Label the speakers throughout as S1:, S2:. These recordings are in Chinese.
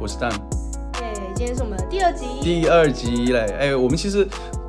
S1: 我是蛋。
S2: 耶，今天是我们的第二集，
S1: 第二集嘞，哎，我们其实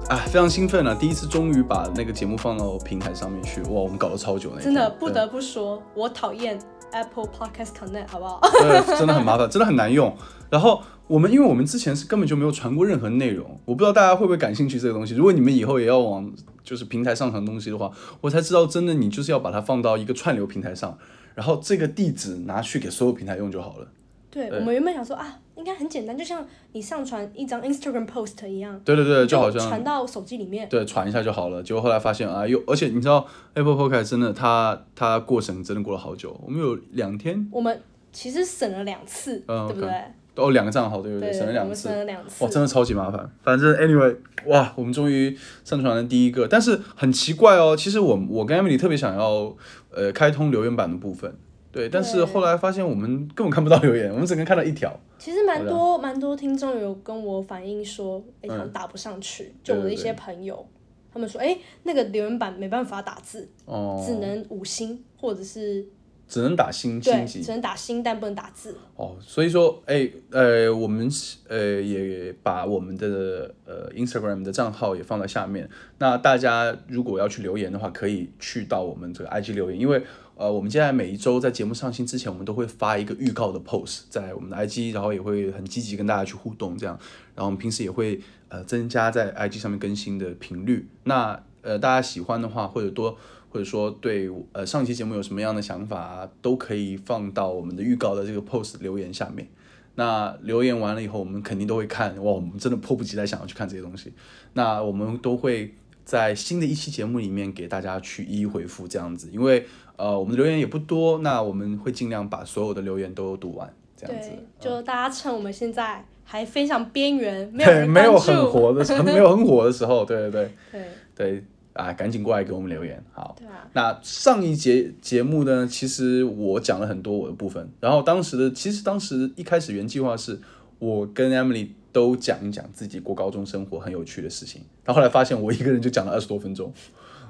S1: 啊非常兴奋啊，第一次终于把那个节目放到平台上面去，哇，我们搞了超久那一天
S2: 真的不
S1: 对
S2: 得不说，我讨厌 Apple Podcast Connect，好不好？
S1: 对，真的很麻烦，真的很难用。然后我们，因为我们之前是根本就没有传过任何内容，我不知道大家会不会感兴趣这个东西。如果你们以后也要往就是平台上传东西的话，我才知道真的你就是要把它放到一个串流平台上，然后这个地址拿去给所有平台用就好了。
S2: 对，
S1: 对
S2: 我们原本想说啊，应该很简单，就像你上传一张 Instagram post 一样，
S1: 对对对，就好
S2: 传
S1: 像
S2: 到手机里面。
S1: 对传一下就好了。结果后来发现啊，又而且你知道 Apple Podcast 真的它它过审真的过了好久，我们有两天
S2: 我们其实省了两次，
S1: 嗯
S2: 对不对？
S1: 哦两个账号对不对？
S2: 对，
S1: 审了
S2: 我
S1: 两
S2: 们
S1: 次
S2: 省。了两次
S1: 哇，。真的超级麻烦。反正 anyway，哇，我们终于上传了第一个，但是很奇怪哦。其实我我跟 Emily 特别想要呃开通留言板的部分，对，但是
S2: 对
S1: 后来发现我们根本看不到留言，我们只能看到一条。
S2: 其实蛮多蛮多听众有跟我反映说，哎、
S1: 嗯
S2: 好像打不上去。就我的
S1: 对
S2: 一
S1: 对
S2: 些朋友，他们说，哎、那个留言板没办法打字，
S1: 哦，
S2: 只能五星或者是
S1: 只能打星星
S2: 对，
S1: 级
S2: 只能打星，但不能打字。
S1: 哦，所以说，哎，呃，我们是呃也把我们的呃 Instagram 的账号也放在下面。那大家如果要去留言的话，可以去到我们这个 IG 留言，因为呃，我们接下来每一周在节目上新之前，我们都会发一个预告的 post 在我们的 IG，然后也会很积极跟大家去互动这样。然后我们平时也会呃增加在 IG 上面更新的频率。那呃大家喜欢的话，或者多或者说对呃上期节目有什么样的想法、啊，都可以放到我们的预告的这个 post 留言下面。那留言完了以后，我们肯定都会看，哇，我们真的迫不及待想要去看这些东西。那我们都会在新的一期节目里面给大家去一一回复这样子，因为呃我们的留言也不多，那我们会尽量把所有的留言都读完这样子。嗯
S2: 对，就大家趁我们现在还非常边缘，没有
S1: 对，
S2: 人
S1: 没
S2: 关
S1: 有
S2: 注，
S1: 很 火的时 候，没有很火的时候，对对对
S2: 对
S1: 对啊，赶紧过来给我们留言，好。
S2: 对啊，
S1: 那上一节节目呢，其实我讲了很多我的部分，然后当时的其实当时一开始原计划是我跟 Emily 都讲一讲自己过高中生活很有趣的事情，但后来发现我一个人就 讲了二十多分钟，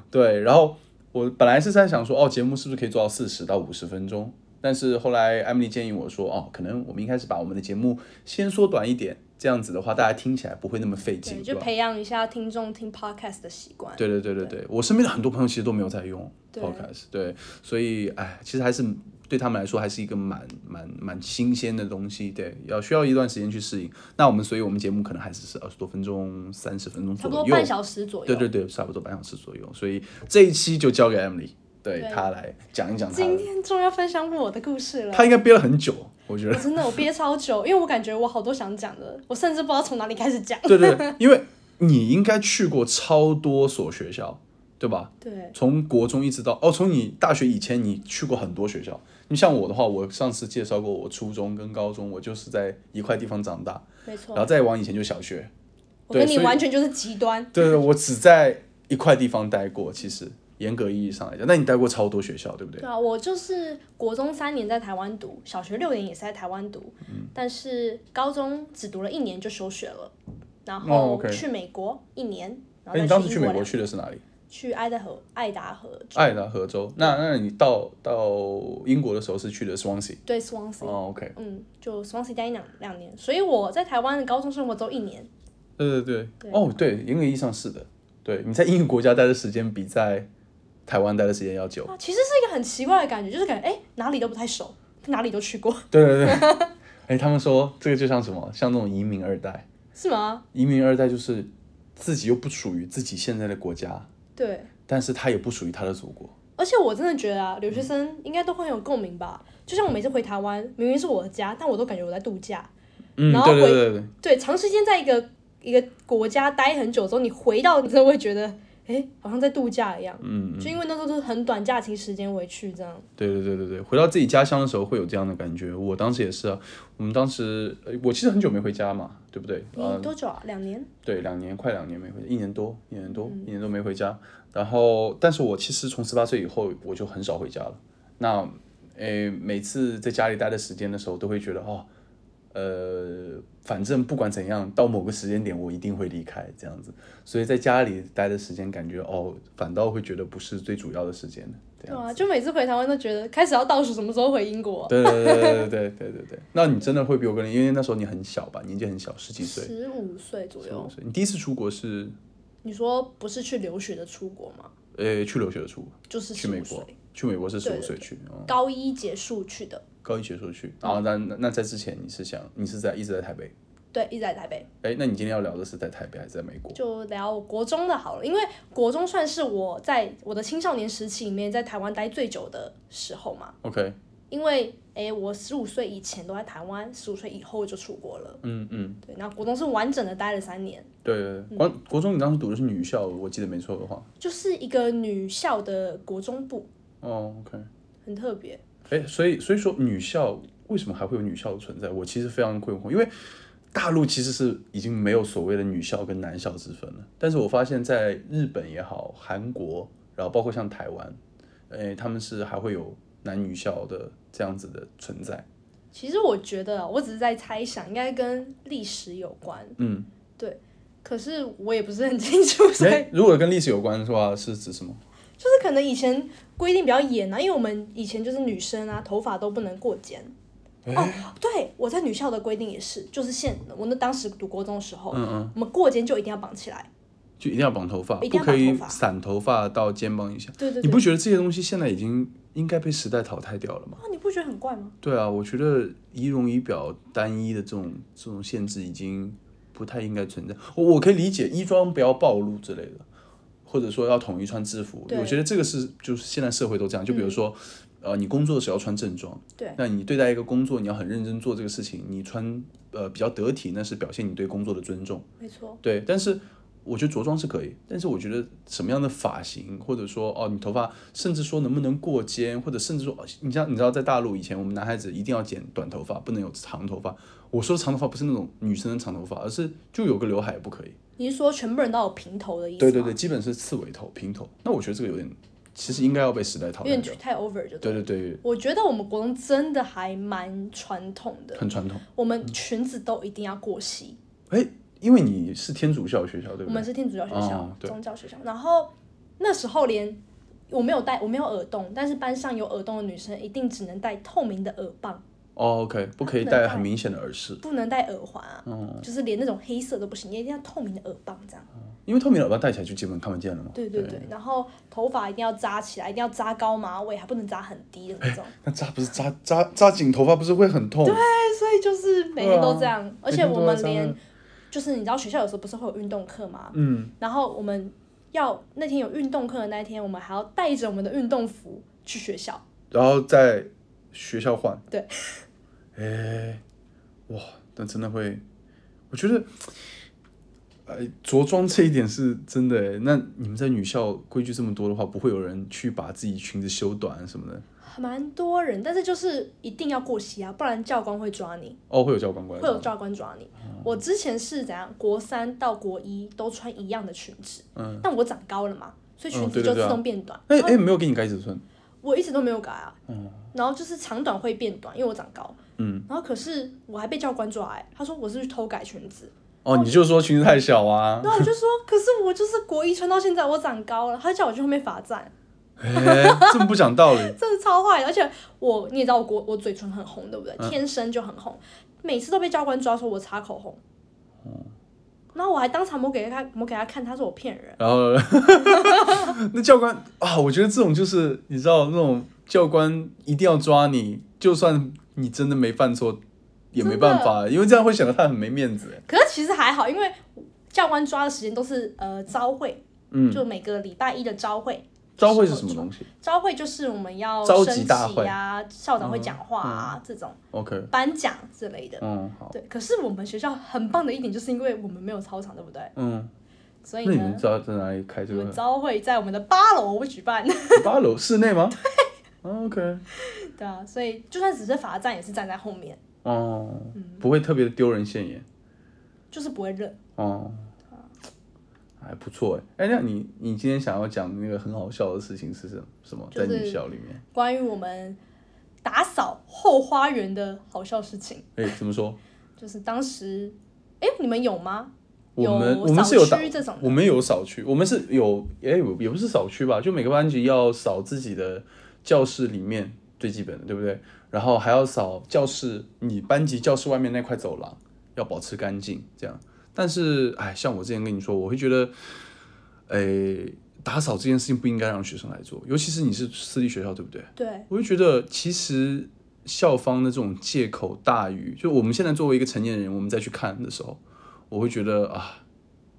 S1: 对，然后我本来是在想说，哦，节目是不是可以做到四十到五十分钟？但是后来 Emily 建议我说，哦，可能我们一开始把我们的节目先缩短一点，这样子的话大家听起来不会那么费劲，
S2: 对，
S1: 对
S2: 就
S1: 吧？
S2: 培养一下听众听 podcast 的习惯。
S1: 对对对对对，我身边的很多朋友其实都没有在用
S2: 对
S1: Podcast，对，所以哎，其实还是对他们来说还是一个蛮蛮蛮新鲜的东西，对，要需要一段时间去适应。那我们所以我们节目可能还是是二十多分钟、三十分钟
S2: 差
S1: 左
S2: 不多
S1: 右
S2: 半，小时左右。
S1: 对对对，差不多半小时左右。所以这一期就交给 Emily，对
S2: 对
S1: 她来讲一讲她
S2: 今
S1: 的，
S2: 天终于要分享我的故事了。
S1: 她应该憋了很久，我觉
S2: 我
S1: 得。
S2: 真的我憋超久，因为我感觉我好多想讲的，我甚至不知道从哪里开始讲。
S1: 对对，对因为你应该去过超多所学校，对吧？
S2: 对，
S1: 从国中一直到哦，从你大学以前，你去过很多学校。你像我的话，我上次介绍过，我初中跟高中，我就是在一块地方长大，
S2: 没
S1: 然
S2: 错，
S1: 后再往以前就小学。
S2: 我跟
S1: 啊对
S2: 你
S1: 所以
S2: 完全就是极端。
S1: 对对，我只在一块地方待过。其实严格意义上来讲，那你待过超多学校，对不对？
S2: 对啊，我就是国中三年在台湾读，小学六年也是在台湾读，
S1: 嗯
S2: 但是高中只读了一年就休学了，然
S1: 哦
S2: 后
S1: ，OK
S2: 去美国一年，然
S1: 哎，你
S2: 后
S1: 当
S2: 再
S1: 时
S2: 去
S1: 去
S2: 英
S1: 美
S2: 国
S1: 国
S2: 两，
S1: 去的是哪里？
S2: 去爱达荷爱达荷州，
S1: 爱达荷州。那那你到到英国的时候是去的 Swansea。
S2: 对 Swansea，
S1: 哦，OK。
S2: 嗯，就 Swansea 待一两两年，所以我在台湾的高中生活只有一年，
S1: 对对对。
S2: 对
S1: 哦，对，严格意义上是的。对，你在英语国家待的时间比在台湾待的时间要久。
S2: 啊，其实是一个很奇怪的感觉，就是感觉哎哪里都不太熟，哪里都去过，
S1: 对对对， 哎、他们说这个就像什么，像那种移民二代，
S2: 是吗？
S1: 移民二代就是自己又不属于自己现在的国家，
S2: 对，
S1: 但是他也不属于他的祖国。
S2: 而且我真的觉得啊，留学生应该都会很有共鸣吧。就像我每次回台湾，明明是我的家，但我都感觉我在度假。
S1: 嗯，
S2: 然后
S1: 对
S2: 回
S1: 对对对，
S2: 对，长时间在一个一个国家待很久之后，你回到你真的会觉得，哎，好像在度假一样。
S1: 嗯，
S2: 就因为那时候都是很短假期时间回去这样。
S1: 对对对对对，回到自己家乡的时候会有这样的感觉。我当时也是啊，我们当时呃我其实很久没回家嘛，对不对？
S2: 你
S1: 呃，
S2: 多久啊？两年？
S1: 对，两年快两年没回家，一年多，一年多，一年多没回家。然后，但是我其实从十八岁以后我就很少回家了。那，诶，每次在家里待的时间的时候，都会觉得哦，呃，反正不管怎样，到某个时间点我一定会离开这样子，所以在家里待的时间感觉哦，反倒会觉得不是最主要的时间这
S2: 对
S1: 样。
S2: 啊，就每次回台湾都觉得开始要倒数什么时候回英国，
S1: 对对对对对对对对对，那你真的会比我更，因为那时候你很小吧，年纪很小，十几岁，
S2: 十五岁左
S1: 十
S2: 右
S1: 五。岁。你第一次出国是
S2: 你说不是去留学的出国吗？
S1: 呃去留学的出国，
S2: 就是
S1: 去
S2: 十
S1: 美
S2: 五
S1: 国
S2: 岁，，
S1: 去美国是十
S2: 对
S1: 五
S2: 对
S1: 岁去，哦，
S2: 高一结束去的，
S1: 高一结束去，然后那那那在之前你是想你是在一直在台北，
S2: 对，一直在台北。
S1: 哎，那你今天要聊的是在台北还是在美国？
S2: 就聊我国中的好了，因为国中算是我在我的青少年时期里面在台湾待最久的时候嘛。
S1: OK，
S2: 因为诶，我十五岁以前都在台湾，十五岁以后就出国了。
S1: 嗯嗯，
S2: 对，然后国中是完整的待了三年，
S1: 对对
S2: 嗯
S1: 对，国国中你当时读的是女校，我记得没错的话。
S2: 就是一个女校的国中部，
S1: 哦，OK，
S2: 很特别。
S1: 哎，所以所以说女校为什么还会有女校的存在？我其实非常困惑，因为大陆其实是已经没有所谓的女校跟男校之分了，但是我发现在日本也好，韩国，然后包括像台湾，哎，他们是还会有男女校的这样子的存在。
S2: 其实我觉得啊，我只是在猜想，应该跟历史有关，
S1: 嗯，
S2: 可是我也不是很清楚，所以
S1: 哎，如果跟历史有关的话，是指什么？
S2: 就是可能以前规定比较严啊，因为我们以前就是女生啊，头发都不能过肩。哦，对，我在女校的规定也是，就是现我那当时读国中的时候，
S1: 嗯嗯。
S2: 我们过肩就一定要绑起来。
S1: 就一定要绑头发，
S2: 一
S1: 不
S2: 定要绑
S1: 可以
S2: 头发
S1: 散头发到肩膀以下。
S2: 对对
S1: 你
S2: 对。
S1: 不觉得这些东西现在已经应该被时代淘汰掉了吗？
S2: 啊，你不觉得很怪吗？
S1: 对啊，我觉得仪容仪表单一的这种这种限制已经不太应该存在。我我可以理解衣装不要暴露之类的，或者说要统一穿制服。
S2: 对嗯
S1: 我觉得这个是就是现在社会都这样。就比如说，呃，你工作的时候要穿正装，
S2: 对，
S1: 那你对待一个工作你要很认真做这个事情，你穿呃比较得体，那是表现你对工作的尊重。
S2: 没错，
S1: 对，但是我觉得着装是可以，但是我觉得什么样的发型，或者说哦，你头发，甚至说能不能过肩，或者甚至说，哦你像你知道在大陆以前，我们男孩子一定要剪短头发，不能有长头发。我说的长头发不是那种女生的长头发，而是就有个刘海也不可以。
S2: 你是说全部人都有平头的意思
S1: 对
S2: 吗？
S1: 对对，基本是刺尾头、平头。那我觉得这个有点，其实应该要被时代
S2: 有
S1: 淘汰
S2: 点
S1: 掉。
S2: 太 over 就
S1: 对
S2: 对。
S1: 对对，
S2: 我觉得我们国中真的还蛮传统的，
S1: 很传统。
S2: 我们裙子都一定要过膝，
S1: 哎，因为你是天主教学校
S2: 我
S1: 对不对？
S2: 们是天主教学校，
S1: 哦对
S2: 宗教学校。然后那时候连我没有戴，我没有耳洞，但是班上有耳洞的女生一定只能戴透明的耳棒，
S1: 哦，OK，不可以
S2: 不能
S1: 戴
S2: 戴
S1: 很明显的耳饰，
S2: 不能戴耳环啊，
S1: 嗯
S2: 就是连那种黑色都不行，你一定要透明的耳棒这样。
S1: 因为透明耳环戴起来就基本看不见了嘛。啊
S2: 对对
S1: 嗯
S2: 对，然后头发一定要扎起来，一定要扎高马尾，还不能扎很低的那种。
S1: 那扎不是扎扎扎紧头发不是会很痛？
S2: 对，所以就是每天都这样，而且
S1: 啊每天
S2: 我
S1: 都要
S2: 们
S1: 这样
S2: 连就是你知道学校有时候不是会有运动课吗？
S1: 嗯，
S2: 然后我们要那天有运动课的那一天，我们还要带着我们的运动服去学校。
S1: 然后在学校换。
S2: 对。
S1: 哎，哇，那真的会，我觉得，呃，着装这一点是真的诶。那你们在女校规矩这么多的话，不会有人去把自己裙子修短什么的？
S2: 还蛮多人，但是就是一定要过膝啊，不然教官会抓你，
S1: 哦，会有教官过来
S2: 会有
S1: 的。
S2: 教官抓你。
S1: 哦
S2: 我之前是怎样，国三到国一都穿一样的裙子，
S1: 嗯，
S2: 但我长高了嘛，所以裙
S1: 嗯对
S2: 子
S1: 对
S2: 就
S1: 对啊
S2: 自动变短。
S1: 哎
S2: 然后
S1: 哎，没有给你改尺寸。
S2: 我一直都没有改啊，然后就是长短会变短，因为我长高。
S1: 嗯，
S2: 然后可是我还被教官抓、哎，他说我是不是偷改裙子，
S1: 哦，你就说裙子太小啊。
S2: 然后我就说，可是我就是国一穿到现在，我长高了，他叫我去后面罚站，
S1: 哎，这么不讲道理。
S2: 真的超坏的。而且我你也知道我国我嘴唇很红，对不对？
S1: 嗯
S2: 天生就很红，每次都被教官抓说我擦口红。
S1: 哦
S2: 然后我还当场抹给他，抹给他看，他说我骗人。
S1: 然 后那教官啊，我觉得这种就是你知道那种教官一定要抓你，就算你真的没犯错，也没办法，因为这样会显得他很没面子。
S2: 可是其实还好，因为教官抓的时间都是呃招会，
S1: 嗯，
S2: 就每个礼拜一的招会。
S1: 招会是什么东西
S2: 招会就是我们要
S1: 召
S2: 升
S1: 集
S2: 旗
S1: 大会嗯
S2: 啊，校长会讲话啊、这种
S1: ？OK，
S2: 颁奖之类的。
S1: 嗯，好，
S2: 对，可是我们学校很棒的一点就是因为我们没有操场，对不对？
S1: 嗯，
S2: 所以
S1: 那你们
S2: 呢，
S1: 知道在哪里开
S2: 我
S1: 这
S2: 们
S1: 个？
S2: 招会在我们的八楼举办。
S1: 八楼室内 吗？哦？OK，
S2: 对啊，所以就算只是罚站，也是站在后面，
S1: 哦，不会特别的丢人现眼
S2: 就是不会认。
S1: 哦。还不错哎，哎，那你你今天想要讲那个很好笑的事情是什么？什么在
S2: 就是
S1: 女校里面？
S2: 关于我们打扫后花园的好笑事情，
S1: 哎，怎么说？
S2: 就是当时，哎，你们有吗？
S1: 我们我
S2: 扫
S1: 们是有打
S2: 区这种
S1: 我们有扫区，我们是有也有也不是扫区吧，就每个班级要扫自己的教室里面最基本的，对不对？然后还要扫教室你班级教室外面那块走廊，要保持干净这样。但是哎，像我之前跟你说，我会觉得，诶，打扫这件事情不应该让学生来做，尤其是你是私立学校，对不对？
S2: 对，
S1: 我就觉得其实校方的这种借口大于，就我们现在作为一个成年人，我们再去看的时候，我会觉得啊，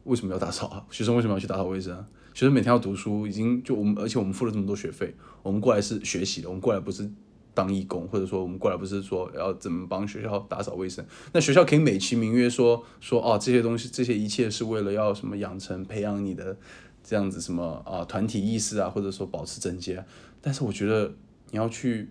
S1: 为什么要打扫啊？ 学生为什么要去打扫卫生啊？学生每天要读书，已经就我们，而且我们付了这么多学费，我们过来是学习的，我们过来不是当义工，或者说我们过来不是说要怎么帮学校打扫卫生。那学校可以美其名曰说说哦，这些东西，这些一切是为了要什么养成、培养你的这样子什么啊团体意识啊，或者说保持整洁啊。但是我觉得你要去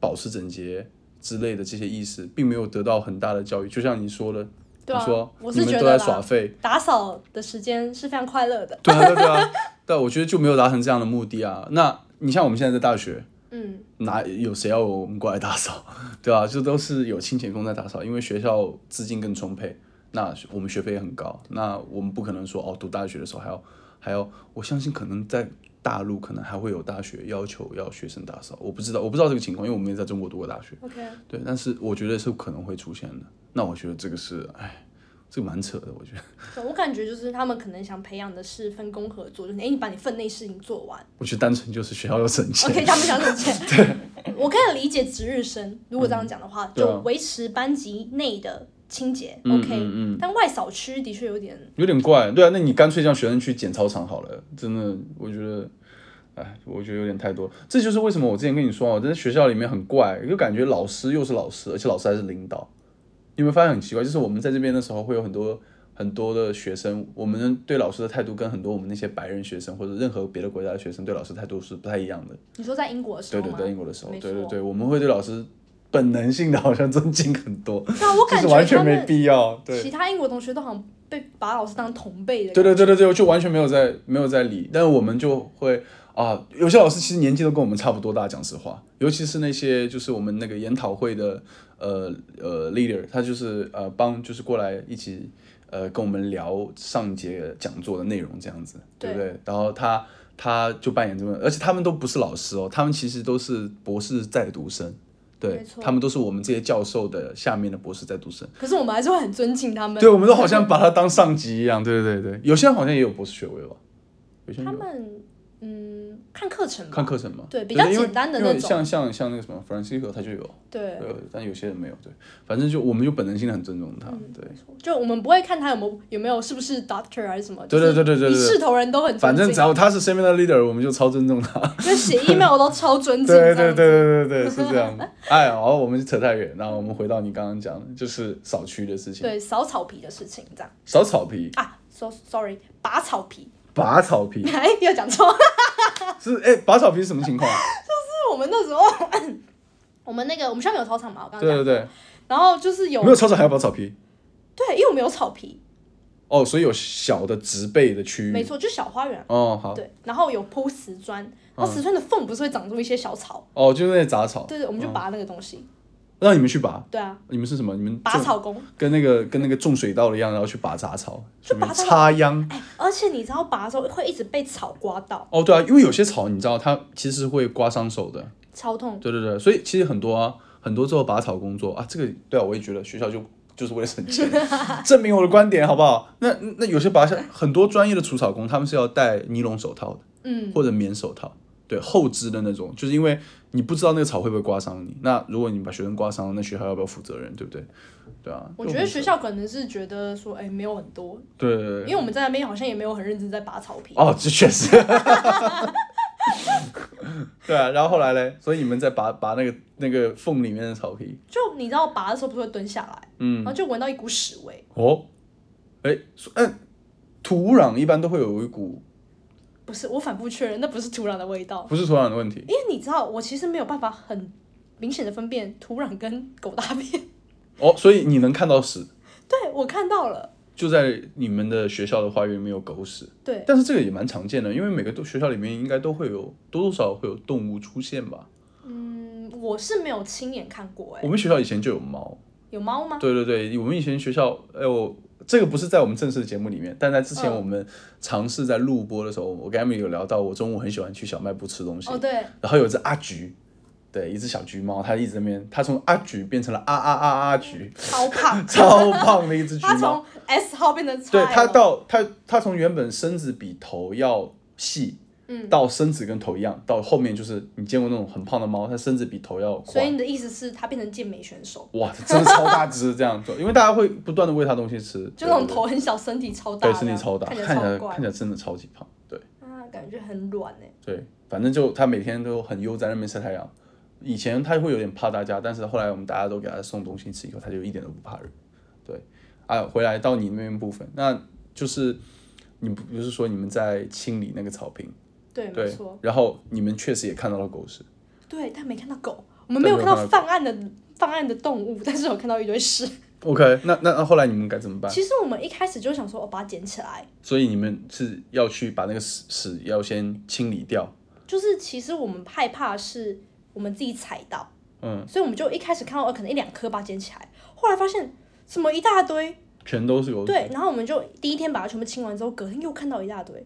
S1: 保持整洁之类的这些意识，并没有得到很大的教育。就像你说的，
S2: 对啊
S1: 你说
S2: 我是
S1: 你们
S2: 觉
S1: 都
S2: 得
S1: 在
S2: 啦
S1: 耍废，
S2: 打扫的时间是非常快乐的。
S1: 对啊对啊对啊， 但我觉得就没有达成这样的目的啊。那你像我们现在在大学，
S2: 嗯，
S1: 哪有谁要我们过来打扫， 对吧、这都是有清洁工在打扫，因为学校资金更充沛，那我们学费也很高，那我们不可能说哦，读大学的时候还要还要，我相信可能在大陆可能还会有大学要求要学生打扫，我不知道我不知道这个情况，因为我没有在中国读过大学，
S2: OK，
S1: 对，但是我觉得是可能会出现的。那我觉得这个是，哎，这个蛮扯的，我觉得，
S2: 对我感觉就是他们可能想培养的是分工合作，就是哎，诶你把你分内事情做完
S1: 我觉得单纯就是学校要省钱。
S2: ，OK，他们想省钱。我可以理解值日生，如果这样讲的话，
S1: 对啊
S2: 就维持班级内的清洁、
S1: 嗯
S2: o k
S1: 嗯嗯
S2: 但外扫区的确有点，
S1: 有点怪，对啊，那你干脆让学生去捡操场好了，真的，我觉得，哎，我觉得有点太多。这就是为什么我之前跟你说啊，我在学校里面很怪，就感觉老师又是老师，而且老师还是领导。你有没有发现很奇怪？就是我们在这边的时候，会有很多很多的学生，我们对老师的态度跟很多我们那些白人学生或者任何别的国家的学生对老师态度是不太一样的。
S2: 你说在英国的时
S1: 对
S2: 候
S1: 对，
S2: 吗？
S1: 在英国的时候，
S2: 没
S1: 对对
S2: 错
S1: 对，我们会对老师本能性的好像尊敬很多，
S2: 但啊我
S1: 就
S2: 感
S1: 是
S2: 觉
S1: 完
S2: 他
S1: 全没
S2: 们
S1: 必要。对，
S2: 其他英国同学都好像被把老师当同辈的，
S1: 对对对对对，就完全没有在没有在理，但是我们就会啊，有些老师其实年纪都跟我们差不多大，讲实话，尤其是那些就是我们那个研讨会的呃呃 leader，他就是呃帮就是过来一起呃跟我们聊上节讲座的内容这样子，对不对？然后他他就扮演这么，而且他们都不是老师哦，他们其实都是博士在读生。对
S2: 没错
S1: 他们都是我们这些教授的下面的博士在读生，
S2: 可是我们还是会很尊敬他们。
S1: 对，我们都好像把它当上级一样。对对对对，有些人好像也有博士学位吧，有些人
S2: 他
S1: 有
S2: 们嗯，看课程吧，
S1: 看课程嘛。
S2: 对比
S1: 对
S2: 较
S1: 因为
S2: 简单的
S1: 因为
S2: 那种
S1: 像像像那个什么 Francisco 他就有，
S2: 对，
S1: 呃，但有些人没有。对，反正就我们就本能性的很尊重他。
S2: 嗯
S1: 对，
S2: 就我们不会看他有没有有没有是不是 doctor 还是什么，
S1: 对对对对对对
S2: 就是一视同仁都很尊敬，
S1: 反正只要他是身边的 leader，我们就超尊 重他。
S2: 就写 email 我都超尊敬，
S1: 对
S2: 这
S1: 对对
S2: 样子，
S1: 对对对，是这 样的。哎，好，我们扯太远，然后我们回到你刚刚讲的，就是扫区的事情，
S2: 对扫草皮的事情这样
S1: 扫草皮、
S2: 啊，so sorry，拔草皮，
S1: 拔草皮
S2: 哎又讲错，
S1: 是哎，拔草皮是什么情况？啊
S2: 是我们那时候 我们那个我们学校有操场嘛，我刚刚
S1: 对
S2: 讲，
S1: 对对，
S2: 然后就是有
S1: 没有操场还要拔草皮
S2: 对，因为我们有草皮，
S1: 哦，所以有小的植被的区域。
S2: 没错，就小花园。
S1: 嗯哦，嗯好，
S2: 对，然后有铺瓷砖，那瓷砖的缝不是会长出一些小草？
S1: 哦，就是那些杂草，
S2: 对对，我们就拔那个东西。
S1: 让你们去拔。
S2: 对啊，
S1: 你们是什么？你们
S2: 拔
S1: 种
S2: 草工。
S1: 跟那个跟那个种水稻的一样，然后去拔杂草，
S2: 就拔杂草
S1: 插秧。
S2: 哎，而且你知道拔的时候会一直被草刮到，
S1: 哦，对啊，因为有些草你知道它其实会刮伤手的，
S2: 超痛。
S1: 对对对，所以其实很多啊，很多做拔草工作啊，这个对啊，我也觉得学校就就是为了省钱， 证明我的观点好不好？那那有些拔下很多专业的除草工，他们是要戴尼龙手套的，
S2: 嗯，
S1: 或者棉手套，对后肢的那种，就是因为你不知道那个草会不会刮伤你。那如果你把学生刮伤了，那学校要不要负责任，对不对？对啊，
S2: 我觉得学校可能是觉得说，哎，没有很多，
S1: 对对对
S2: 因为我们在那边好像也没有很认真在拔草皮。
S1: 哦，这确实。 对啊，然后后来嘞，所以你们在拔拔那个那个缝里面的草皮
S2: 就你知道拔的时候不是会蹲下来，嗯，然后就闻到一股屎味，
S1: 哦，哎，说嗯、土壤一般都会有一股
S2: 不是，我反复确认那不是土壤的味道，
S1: 不是土壤的问题，
S2: 因为你知道我其实没有办法很明显的分辨土壤跟狗大便，
S1: 哦，所以你能看到屎，
S2: 对我看到了，
S1: 就在你们的学校的花园里面有狗屎，
S2: 对，
S1: 但是这个也蛮常见的，因为每个都学校里面应该都会有多多少少会有动物出现吧。
S2: 嗯，我是没有亲眼看过、哎，
S1: 我们学校以前就有猫，
S2: 有猫吗？
S1: 哦对对对，我们以前学校，哎我这个不是在我们正式的节目里面，但在之前
S2: 嗯
S1: 我们尝试在录播的时候，我跟 Emily 有聊到，我中午很喜欢去小卖部吃东西，
S2: 哦，对，
S1: 然后有一只阿菊，对，一只小橘猫，它一直在那边，它从阿菊变成了啊啊啊啊菊，，
S2: 超胖
S1: 超胖的一只橘
S2: 它
S1: 猫，
S2: 从 S 号变成 X
S1: 对，
S2: L
S1: 它到它它从原本身子比头要细。
S2: 嗯
S1: 到身子跟头一样，到后面就是你见过那种很胖的猫，它身子比头要
S2: 所以
S1: 宽，
S2: 你的意思是它变成健美选手，
S1: 哇，它真的超大只这样做，因为大家会不断的喂它东西吃，
S2: 就
S1: 对
S2: 那种
S1: 对对
S2: 头很小，身体超大
S1: 对，
S2: 这样，
S1: 身体超大，
S2: 看
S1: 看
S2: 起
S1: 起
S2: 来
S1: 来
S2: 超怪
S1: 看起，来真的超级胖。对
S2: 啊，感觉很软哎。
S1: 对，反正就他每天都很悠哉那边晒太阳。以前他会有点怕大家，但是后来我们大家都给他送东西吃以后，他就一点都不怕人。对，啊，回来到你那边部分，那就是你不不是说你们在清理那个草坪，
S2: 对，没
S1: 对
S2: 错，，
S1: 然后你们确实也看到了狗屎，
S2: 对，但没看到狗，我们没有
S1: 对
S2: 看
S1: 没有
S2: 到犯
S1: 看
S2: 案的犯案的动物，但是有看到一堆 屎。
S1: OK，那那那后来你们该怎么办？
S2: 其实我们一开始就想说，我哦把它捡起来，
S1: 所以你们是要去把那个屎屎要先清理掉，
S2: 就是其实我们害怕是我们自己踩到，
S1: 嗯，
S2: 所以我们就一开始看到呃可能一两颗把它捡起来，后来发现怎么一大堆，
S1: 全都是狗屎。
S2: 对，然后我们就第一天把它全部清完之后，隔天又看到一大堆，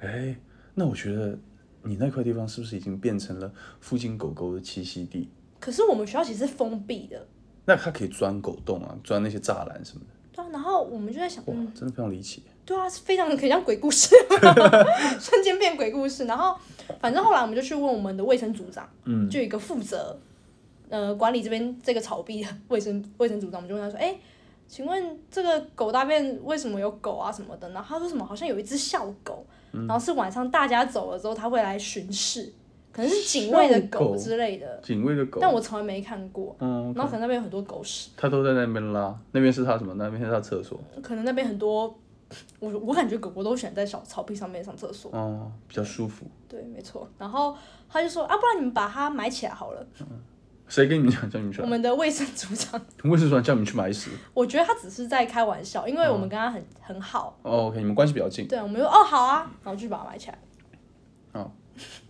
S1: 哎，那我觉得你那块地方是不是已经变成了附近狗狗的栖息地？
S2: 可是我们学校其实是封闭的，
S1: 那它可以钻狗洞啊，钻那些栅栏什么的，
S2: 对啊，然后我们就在想，
S1: 哇
S2: 嗯，，
S1: 真的非常离奇。
S2: 对啊，是非常可以像鬼故 事，瞬间变鬼故事。然后，反正后来我们就去问我们的卫生组长，
S1: 嗯，
S2: 就有一个负责呃管理这边这个草壁的卫生卫生组长，我们就问他说，哎、请问这个狗大便为什么有狗啊什么的？然后他说什么好像有一只校狗，
S1: 嗯
S2: 然后是晚上大家走了之后，他会来巡视，可能是警卫的
S1: 校
S2: 狗
S1: 狗
S2: 之类的，
S1: 警卫的狗，
S2: 但我从来没看过。
S1: 嗯，
S2: 然后可能那边有很多狗屎，
S1: 它都在那边拉，那边是它什么？那边是它厕所。
S2: 可能那边很多，我我感觉狗狗都喜欢在小草壁上面上厕所。
S1: 哦，比较舒服。
S2: 对，没错。然后他就说啊，不然你们把它埋起来好了。
S1: 谁跟你们讲叫你们去啊
S2: 我
S1: 拉？
S2: 们的卫生组长，
S1: 卫生所叫你们去买屎。
S2: 我觉得他只是在开玩笑，因为我们
S1: 嗯
S2: 跟他很、很好。
S1: 哦，OK，你们关系比较近。
S2: 对，我们就哦好啊，然后就把它埋起来。
S1: 哦。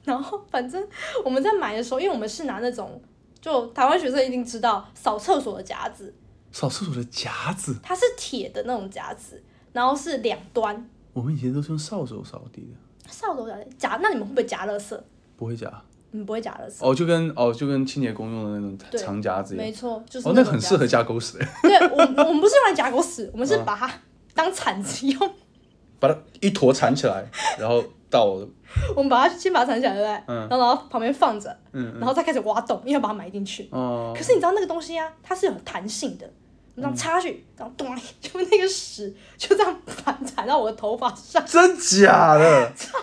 S2: 然后反正我们在埋的时候，因为我们是拿那种，就台湾学生一定知道扫厕所的夹子，
S1: 扫厕所的夹子，
S2: 它是铁的那种夹子，然后是两端
S1: 我们以前都是用扫帚扫地的，
S2: 扫帚夹子夹。那你们会不会夹垃圾？
S1: 不会夹。
S2: 你们不会夹垃圾。
S1: 哦，就跟哦就跟清洁工用的那种
S2: 对
S1: 长夹子一样。
S2: 没错，就是
S1: 哦，
S2: 那
S1: 那
S2: 种
S1: 个很
S2: 夹
S1: 适合嗯
S2: 子
S1: 夹狗屎。
S2: 对我们，我们不是用来夹狗屎，我们是把它当铲子用。
S1: 把它一坨缠起来，然后到我的，
S2: 我们把它先把它铲起来，对不对？
S1: 嗯
S2: 然后然后旁边放着，
S1: 嗯
S2: 然后再开始挖洞，因为要把它埋进去。
S1: 哦
S2: 可，是你知道那个东西啊，它是有弹性的，你这
S1: 嗯
S2: 样插下去，然后咚， 就那个屎就这样反踩到我的头发上，
S1: 真假 的？超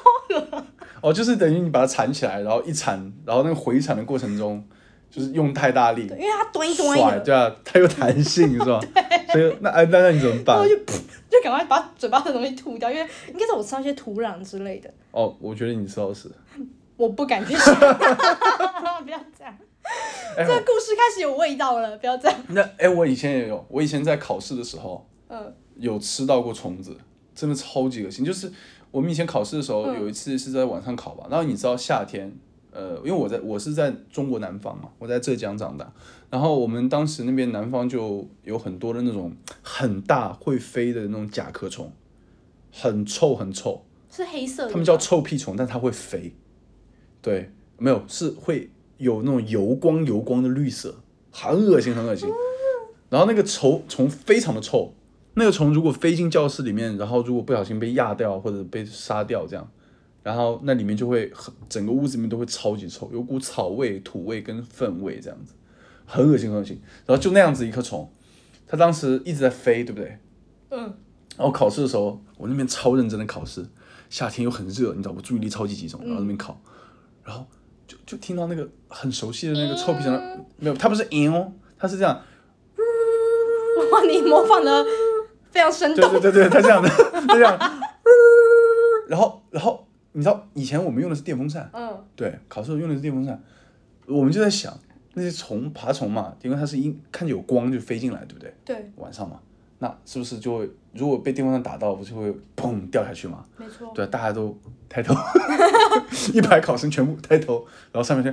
S1: 了！哦，就是等于你把它缠起来，然后一缠，然后那个回缠的过程中，就是用太大力，
S2: 对，因为它蹲一蹲
S1: 甩，
S2: 的，
S1: 对啊，它有弹性是 吧？所以那哎那那你怎么
S2: 然
S1: 办
S2: 后我？就就赶快把嘴巴的东西吐掉，因为应该是我吃到一些土壤之类的，
S1: 哦，我觉得你知道是，
S2: 我不敢去想， 不要这样。
S1: 哎
S2: 这个故事开始有味道了，不要这样。
S1: 那哎我以前也有，我以前在考试的时候，
S2: 嗯，
S1: 有吃到过虫子，真的超级恶心。就是我们以前考试的时候，
S2: 嗯
S1: 有一次是在晚上考吧，然后你知道夏天，呃，因为我在我是在中国南方嘛，我在浙江长大，然后我们当时那边南方就有很多的那种很大会飞的那种甲壳虫，很臭很臭，
S2: 是黑色的吗，
S1: 他们叫臭屁虫，但它会飞，对，没有是会有那种油光油光的绿色，很恶心很恶
S2: 哦
S1: 心。然后那个虫虫非常的臭，那个虫如果飞进教室里面，然后如果不小心被压掉或者被杀掉这样，然后那里面就会很整个屋子里面都会超级臭，有股草味、土味跟粪味这样子，很恶心很恶心。然后就那样子一颗虫，它当时一直在飞，对不对？
S2: 嗯。
S1: 然后考试的时候，我那边超认真的考试，夏天又很热，你知道我注意力超级集中，然后那边考，然后就就听到那个很熟悉的那个臭屁声，没有，它不是嗯哦，它是这样，
S2: 哇，你模仿的非常生
S1: 对
S2: 动。
S1: 对对对，它这样的， 它这样，然后然后你知道以前我们用的是电风扇，
S2: 嗯，
S1: 对，考试用的是电风扇，我们就在想那些虫爬虫嘛，因为它是因看见有光就飞进来，对不对？
S2: 对，
S1: 晚上嘛，那是不是就会如果被电风扇打到，不是会砰掉下去吗？
S2: 没错。
S1: 对，大家都抬头， 呃一排考生全部抬头，然后上面就，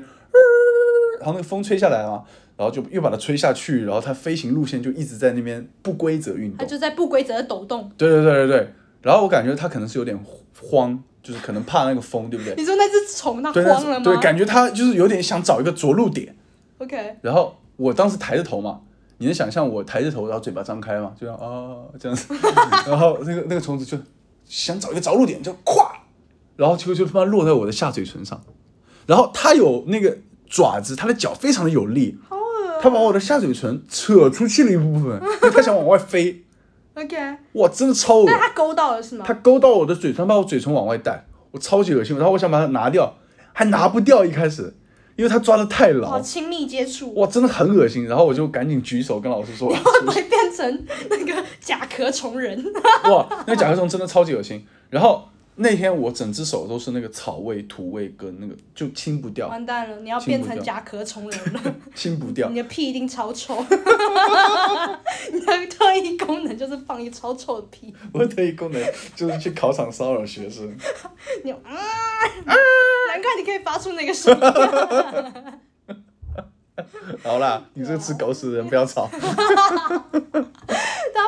S1: 然后那个风吹下来啊，然后就又把它吹下去，然后它飞行路线就一直在那边不规则运
S2: 它
S1: 动。
S2: 就在不规则的抖动。
S1: 对对对对对。然后我感觉它可能是有点慌，就是可能怕那个风，对不 对？
S2: 你说那只虫它
S1: 对，那
S2: 慌了吗？
S1: 对，感觉它就是有点想找一个着陆点。
S2: OK，
S1: 然后我当时抬着头嘛，你能想象我抬着头，然后嘴巴张开嘛，就像啊这样子， 然后那个那个虫子就想找一个着陆点，就咵，然后结果就他妈落在我的下嘴唇上，然后它有那个爪子，它的脚非常的有力，
S2: 好恶
S1: 它把我的下嘴唇扯出去了一部分，因为它想往外飞，
S2: OK，
S1: 哇，真的超恶
S2: 那它勾到了是吗
S1: 它？勾到我的嘴唇，把我嘴唇往外带，我超级恶心，然后我想把它拿掉，还拿不掉一开始，因为它抓的太牢，
S2: 好亲密接触，
S1: 哇，真的很恶心。然后我就赶紧举手跟老师 说，
S2: 会不会变成那个甲壳虫人？
S1: 哇，那甲壳虫真的超级恶心。然后那天我整只手都是那个草味、土味跟那个就清不掉，
S2: 完蛋了，你要
S1: 亲
S2: 变
S1: 不
S2: 成
S1: 掉
S2: 甲壳虫人了，
S1: 清不掉
S2: 你。的屁一定超臭，你的特异功能就是放一个超臭的屁，
S1: 我的特异功能就是去考场骚扰学生。
S2: 你就啊，难怪你可以发出那个声音。
S1: 好啦，你这个吃狗屎的人不要吵。
S2: 对啊，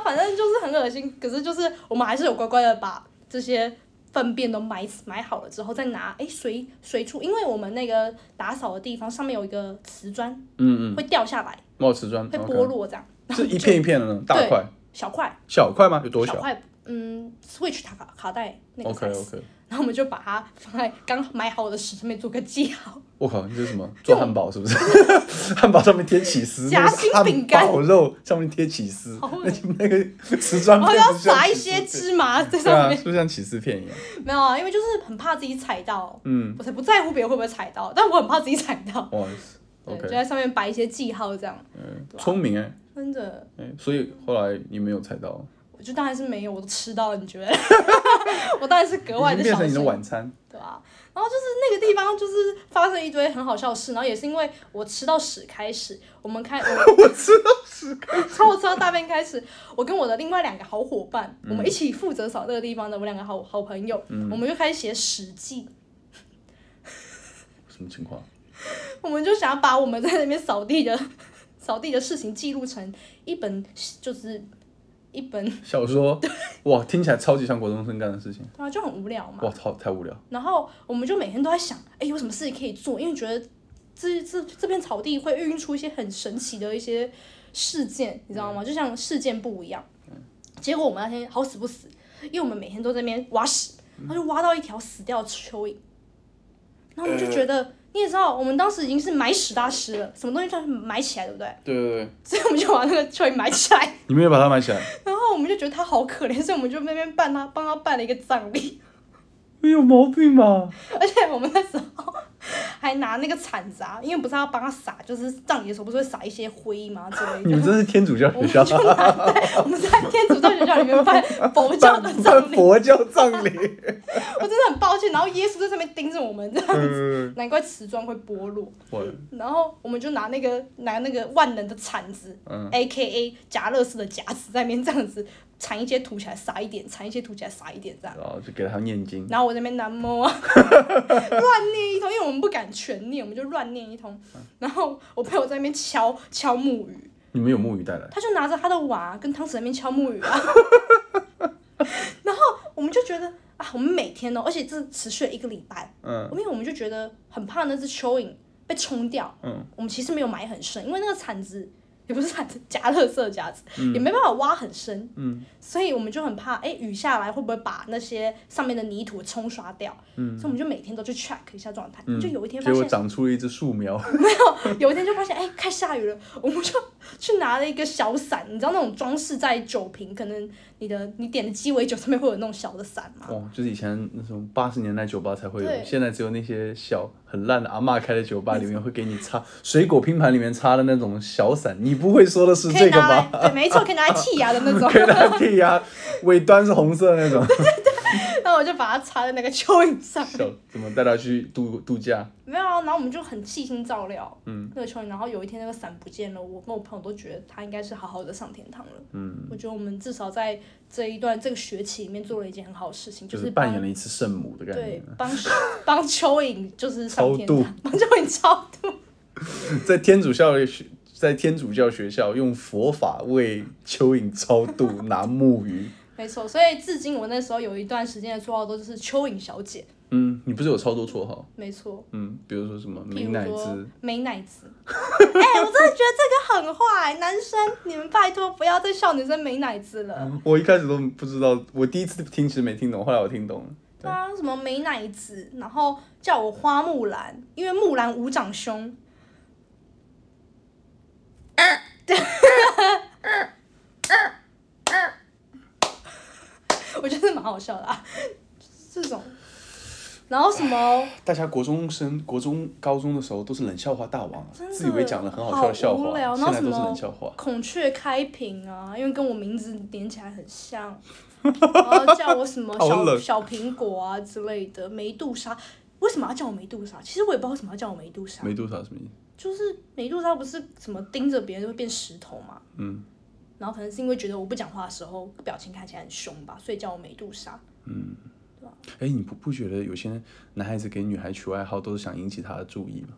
S2: 反正就是很恶心，可是就是我们还是有乖乖的把这些粪便都埋埋好了之后，再拿哎随随处，因为我们那个打扫的地方上面有一个瓷砖
S1: 嗯嗯，
S2: 会掉下来，
S1: 冒瓷砖
S2: 会剥
S1: ，OK，
S2: 落这样
S1: 嗯是一片一片的呢，大块、
S2: 小块
S1: 小块吗？有多
S2: 小
S1: 小
S2: 块，嗯，Switch 卡卡卡带那个
S1: OK
S2: size，、
S1: OK，
S2: 然后我们就把它放在刚埋好的屎上面做个记 号，
S1: 我靠，你这是什么？做汉堡是不是？ 汉堡上面贴起司，
S2: 夹
S1: 那个是
S2: 心
S1: 汉
S2: 饼干
S1: 堡肉上面贴起司
S2: 好，
S1: 那那个瓷砖
S2: 然后
S1: 片
S2: 要
S1: 不是像
S2: 撒一
S1: 起司
S2: 些
S1: 片
S2: 芝麻在
S1: 对
S2: 上
S1: 啊，
S2: 面
S1: 是，不是像起司片一样？
S2: 没有啊，因为就是很怕自己踩到，
S1: 嗯，
S2: 我才不在乎别人会不会踩到，但我很怕自己踩到，
S1: 哇是
S2: 对，就
S1: ，OK，
S2: 在上面摆一些记号这样。
S1: 嗯，
S2: 对啊
S1: 聪明哎、
S2: 真的，
S1: 哎，所以后来你没有猜到，
S2: 我就当然是没有，我都吃到了，你觉得？ 我当然是格外
S1: 已
S2: 的
S1: 经变
S2: 小
S1: 成你的
S2: 声，
S1: 晚餐。
S2: 对吧、然后就是那个地方，就是发生一堆很好笑的事，然后也是因为我吃到屎开始，我们开，我
S1: 我知道是，
S2: 从我吃到大便开始，我跟我的另外两个好伙伴，我们一起负责扫那个地方的，我两个好好朋友，
S1: 嗯
S2: 我们就开始写史记，
S1: 什么情况？
S2: 我们就想把我们在那边扫地的 扫地的事情记录成一本，就是一本，
S1: 小说，哇，听起来超级像国中生干的事情，
S2: 啊，就很无聊嘛。
S1: 哇，操，太无聊。
S2: 然后我们就每天都在想，哎，有什么事情可以做？因为觉得这这这片草地会孕育出一些很神奇的一些事件，你知道吗？就像事件簿一样。结果我们那天好死不死，因为我们每天都在那边挖屎，然后就挖到一条死掉的蚯蚓，然后我们就觉得。你也知道，我们当时已经是埋屎大师了，什么东西都要埋起来，对不对？
S1: 对对对，
S2: 所以我们就把那个蚯蚓埋起来，
S1: 你没有把它埋起来？
S2: 然后我们就觉得它好可怜，所以我们就那边办它，帮它办了一个葬礼。
S1: 你有毛病吧？
S2: 而且我们那时候还拿那个铲子啊，因为不是要帮他撒，就是葬礼的时候不是会撒一些灰吗之类
S1: 你
S2: 的。
S1: 们真是天主教
S2: 我
S1: 学
S2: 们
S1: 校，
S2: 就拿在我们在天主教学校里面办佛教
S1: 办
S2: 的
S1: 办
S2: 葬 礼，
S1: 佛教葬 礼。
S2: 我真的很抱歉。然后耶稣在上面盯着我们，这样
S1: 嗯，
S2: 难怪瓷砖会剥落。
S1: 我
S2: 然后我们就拿那个拿那个万能的铲子、
S1: 嗯
S2: a K A 夹乐式的夹子，在那边这样子铲一些土起来撒一点，铲一些土起来撒一点这样。
S1: 然后就给他念经，
S2: 然后我在那边南摸啊，乱念一通，因为我们不敢全念，我们就乱念一通。然后我朋友在那边敲敲木鱼，
S1: 你们有木鱼带来？
S2: 他就拿着他的碗跟汤匙在那边敲木鱼啊。 然后我们就觉得啊，我们每天哦，而且这持续了一个礼拜，
S1: 嗯
S2: 因为我们就觉得很怕那只蚯蚓被冲掉。
S1: 嗯，
S2: 我们其实没有埋很深，因为那个铲子也不是铲子，夹乐色夹子、也没办法挖很深，
S1: 嗯
S2: 所以我们就很怕，哎，雨下来会不会把那些上面的泥土冲刷掉？所以我们就每天都去 check 一下状态，
S1: 嗯
S2: 就有一天
S1: 结
S2: 发
S1: 果
S2: 现，
S1: 长出了一只树苗。
S2: 有一天就发现，哎，快下雨了，我们就 去拿了一个小伞，你知道那种装饰在酒瓶，可能你的你点的鸡尾酒上面会有那种小的伞嘛，
S1: 哦，就是以前那种八十年代酒吧才会有，
S2: 对
S1: 现在只有那些小很烂的阿嬷开的酒吧里面会给你插水果拼盘里面插的那种小伞，你不会说的是
S2: 可以
S1: 这个
S2: 拿来
S1: 吧？，
S2: 对，没错，可以拿来剔牙的那种。
S1: 可以拿来剔牙，尾端是红色的那种。
S2: 然后我就把它插在那个蚯蚓上面。
S1: 小怎么带他去度度假？
S2: 没有啊，然后我们就很细心照料，
S1: 嗯，
S2: 那个蚯蚓，然后有一天那个伞不见了，我跟我朋友都觉得它应该是好好的上天堂了。
S1: 嗯，
S2: 我觉得我们至少在这一段这个学期里面做了一件很好的事情，
S1: 就是是
S2: 帮
S1: 扮演了一次圣母的概
S2: 对
S1: 念，
S2: 帮帮蚯蚓就是上天堂
S1: 超度，
S2: 帮蚯蚓超度。
S1: 在天主教的学在天主教学校用佛法为蚯蚓超度拿木鱼。
S2: 没错，所以至今我那时候有一段时间的绰号都是蚯蚓小姐，
S1: 嗯，你不是有超多绰号？
S2: 没错。
S1: 嗯，比如说什么
S2: 譬
S1: 美
S2: 如
S1: 乃
S2: 说
S1: 滋，
S2: 美乃滋， 哎、我真的觉得这个很坏，男生你们拜托不要再笑女生美乃滋了。
S1: 嗯我一开始都不知道，我第一次听其实没听懂，后来我听懂了。
S2: 对啊，什么美乃滋，然后叫我花木兰，因为木兰无长兄。 我觉得蛮好笑的、啊，就是这种。然后什么
S1: 大家国中生、国中、高中的时候都是冷笑话大王啊
S2: 真，的
S1: 自以为讲了很好笑的笑
S2: 好无聊
S1: 话，
S2: 然后
S1: 现在都是
S2: 什么
S1: 冷笑话。
S2: 孔雀开屏啊，因为跟我名字连起来很 像，然后叫我什么
S1: 好
S2: 小
S1: 冷
S2: 小苹果啊之类的，梅杜莎。为什么要叫我梅杜莎？其实我也不知道为什么要叫我梅杜莎。
S1: 没多少什么意思？
S2: 就是梅杜莎不是什么盯着别人就会变石头嘛，
S1: 嗯，
S2: 然后可能是因为觉得我不讲话的时候表情看起来很凶吧，所以叫我梅杜莎。
S1: 哎，你不不觉得有些男孩子给女孩取外号都是想引起她的注意吗？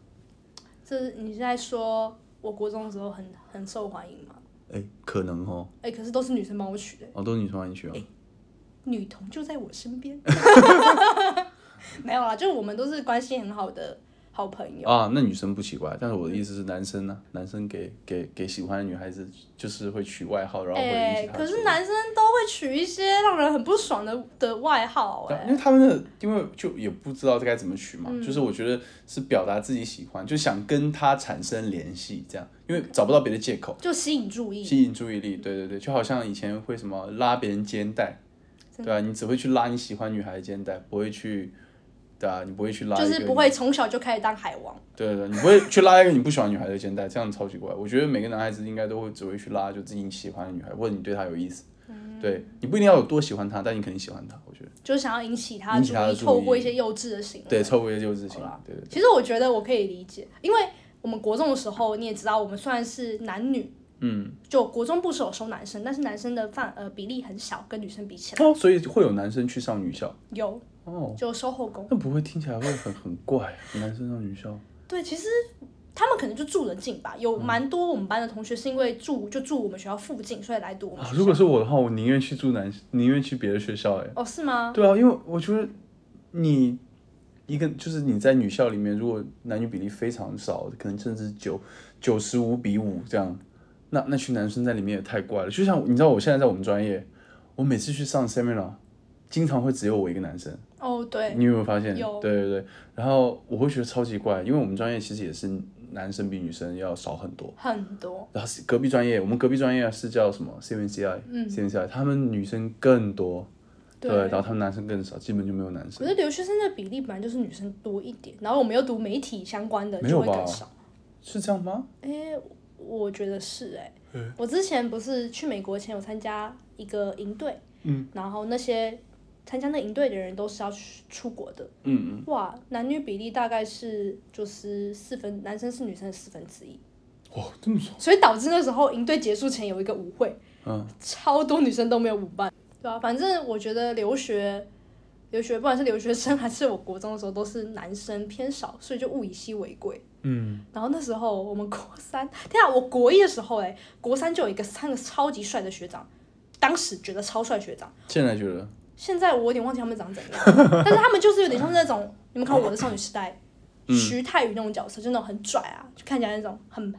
S2: 这是你是在说我国中的时候很很受欢迎吗？
S1: 哎，可能哦，
S2: 哎、可是都是女生帮我取的，
S1: 哦，都是女生帮你取啊。
S2: 哎女童就在我身边。 没有啦，就是我们都是关系很好的好朋友。
S1: 啊，那女生不奇怪，但是我的意思是男生呢、男生给给给喜欢的女孩子就是会取外号，然后会引
S2: 哎、
S1: 起她的
S2: 可
S1: 注
S2: 是
S1: 意
S2: 男生都会取一些让人很不爽的的外号哎、
S1: 对因为他们的，因为就也不知道该怎么取嘛，
S2: 嗯
S1: 就是我觉得是表达自己喜欢，就想跟他产生联系，这样，因为找不到别的借口，
S2: 就吸引注意。
S1: 吸引注意力。对对对，就好像以前会什么拉别人肩带，对吧、你只会去拉你喜欢女孩的肩带，不会去，对啊，你不会去拉一
S2: 就
S1: 个，
S2: 是不会从小就开始当海王，
S1: 对对，对你不会去拉一个你不喜欢女孩的肩带，这样超奇怪。我觉得每个男孩子应该都会只会去拉就自己喜欢的女孩，或者你对她有意思。
S2: 嗯
S1: 对你不一定要有多喜欢她，但你肯定喜欢她。我觉得
S2: 就是想要引起他
S1: 引
S2: 的
S1: 起
S2: 注
S1: 他的
S2: 意，
S1: 注意
S2: 透过一些幼稚的行为。
S1: 对，超过一些幼稚情了。对对
S2: 其实我觉得我可以理解，因为我们国中的时候，你也知道，我们虽然是男女，嗯，就国中部是有收男生，但是男生的范呃比例很小，跟女生比起来，
S1: 对哦，所以会有男生去上女校
S2: 有
S1: 哦，
S2: 就收后宫。
S1: 那不会听起来会很很怪， 男生上女校
S2: 对，其实他们可能就住得近吧，
S1: 嗯
S2: 有蛮多我们班的同学是因为住就住我们学校附近，所以来读我们
S1: 啊？
S2: 学校。
S1: 如果是我的话，我宁愿去住男，宁愿去别的学校哎。
S2: 哦，是吗？
S1: 对啊，因为我觉得你一个就是你在女校里面，如果男女比例非常少，可能甚至九九十五比五这样，那那群男生在里面也太怪了。就像你知道，我现在在我们专业，我每次去上 seminar，经常会只有我一个男生。
S2: 哦，对，
S1: 你有没有发现？
S2: 有
S1: 对对对。然后我会觉得超级怪，因为我们专业其实也是男生比女生要少很多。
S2: 很多。
S1: 然后是隔壁专业，我们隔壁专业啊是叫什么 CNCI，嗯，CNCI，他们女生更多，
S2: 对
S1: 然后他们男生更少，基本就没有男生
S2: 可。是留学生的比例本来就是女生多一点，然后我们又读媒体相关的
S1: 没
S2: 就
S1: 有
S2: 会更
S1: 吧
S2: 少。
S1: 是这样吗？
S2: 诶，我觉得是诶，我之前不是去美国前有参加一个营队，嗯，然后那些参加那营队的人都是要去出国的，
S1: 嗯，
S2: 哇，男女比例大概是就是四分，男生是女生的四分之一，
S1: 哇，这么爽！
S2: 所以导致那时候营队结束前有一个舞会，
S1: 嗯，
S2: 超多女生都没有舞伴，对啊，反正我觉得留学。留学不管是留学生还是我国中的时候，都是男生偏少，所以就物以稀为贵。
S1: 嗯，
S2: 然后那时候我们国三，天啊，我国一的时候哎、国三就有一个三个超级帅的学长，当时觉得超帅学长，
S1: 现在觉得
S2: 现在我有点忘记他们长怎样， 但是他们就是有点像那种，你们看我的少女时代，
S1: 嗯
S2: 徐泰宇那种角色，就那种很拽啊，就看起来那种很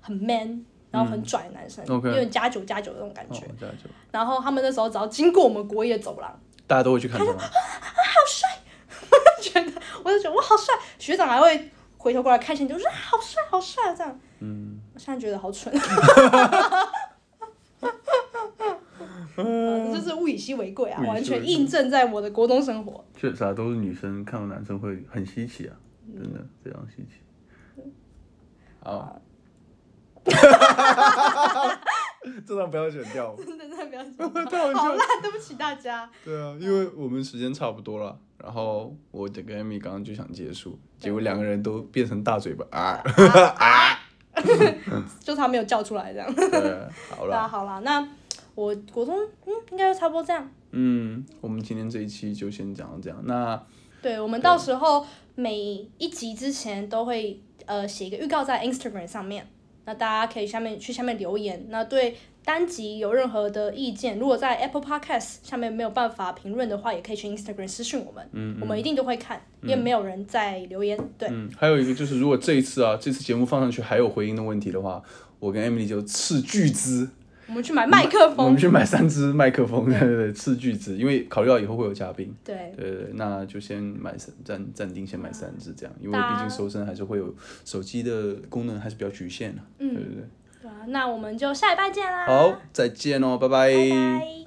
S2: 很 man，然后很拽的男生，
S1: 嗯 OK
S2: 有点加九加九的那种感
S1: 哦
S2: 觉。，
S1: 这样就
S2: 然后他们那时候只要经过我们国一的走廊，
S1: 大家都会去看 他吗。
S2: 我就觉得哇好帅，学长还会回头过来看一下你，就说啊好帅好帅这样。嗯，我现在觉得好 蠢。 嗯，这就是物以稀为贵啊
S1: 物以稀为，贵
S2: 完全印证在我的国中生活。
S1: 这啥啊都是女生看到男生会很稀奇啊，
S2: 嗯
S1: 真的非常稀奇。好， 这段不要剪掉。
S2: 真的真的不要说，
S1: 太 好
S2: 好啦，对不起大家。
S1: 对啊，因为我们时间差不多了，然后我跟 Amy 刚刚就想结束，结果两个人都变成大嘴巴啊！
S2: 就他没有叫出来这样。
S1: 对，好
S2: 那
S1: 了，
S2: 好啦，那我国中嗯应该就差不多这样。
S1: 嗯，我们今天这一期就先讲到这样。那
S2: 对，我们到时候每一集之前都会呃写一个预告在 Instagram 上面，那大家可以下面去下面留言。那对单集有任何的意见，如果在 Apple Podcast 下面没有办法评论的话，也可以去 Instagram 私讯我们，嗯我们一定都会看，因为没有人在留言。对，
S1: 嗯，还有一个就是，如果这一次啊，这次节目放上去还有回音的问题的话，我跟 Emily 就斥巨资
S2: 我们去买麦克
S1: 我
S2: 风
S1: 们。去买三支麦克风，对对对，斥巨资，因为考虑到以后会有嘉宾，
S2: 对，
S1: 对对对，那就先买三暂暂定先买三支这样，因为
S2: 大
S1: 毕
S2: 家
S1: 竟收声还是会有手机的功能还是比较局啊
S2: 嗯
S1: 限的、对对对。
S2: 对啊那我们就下礼拜见啦，
S1: 好，再见哦，拜
S2: 拜拜。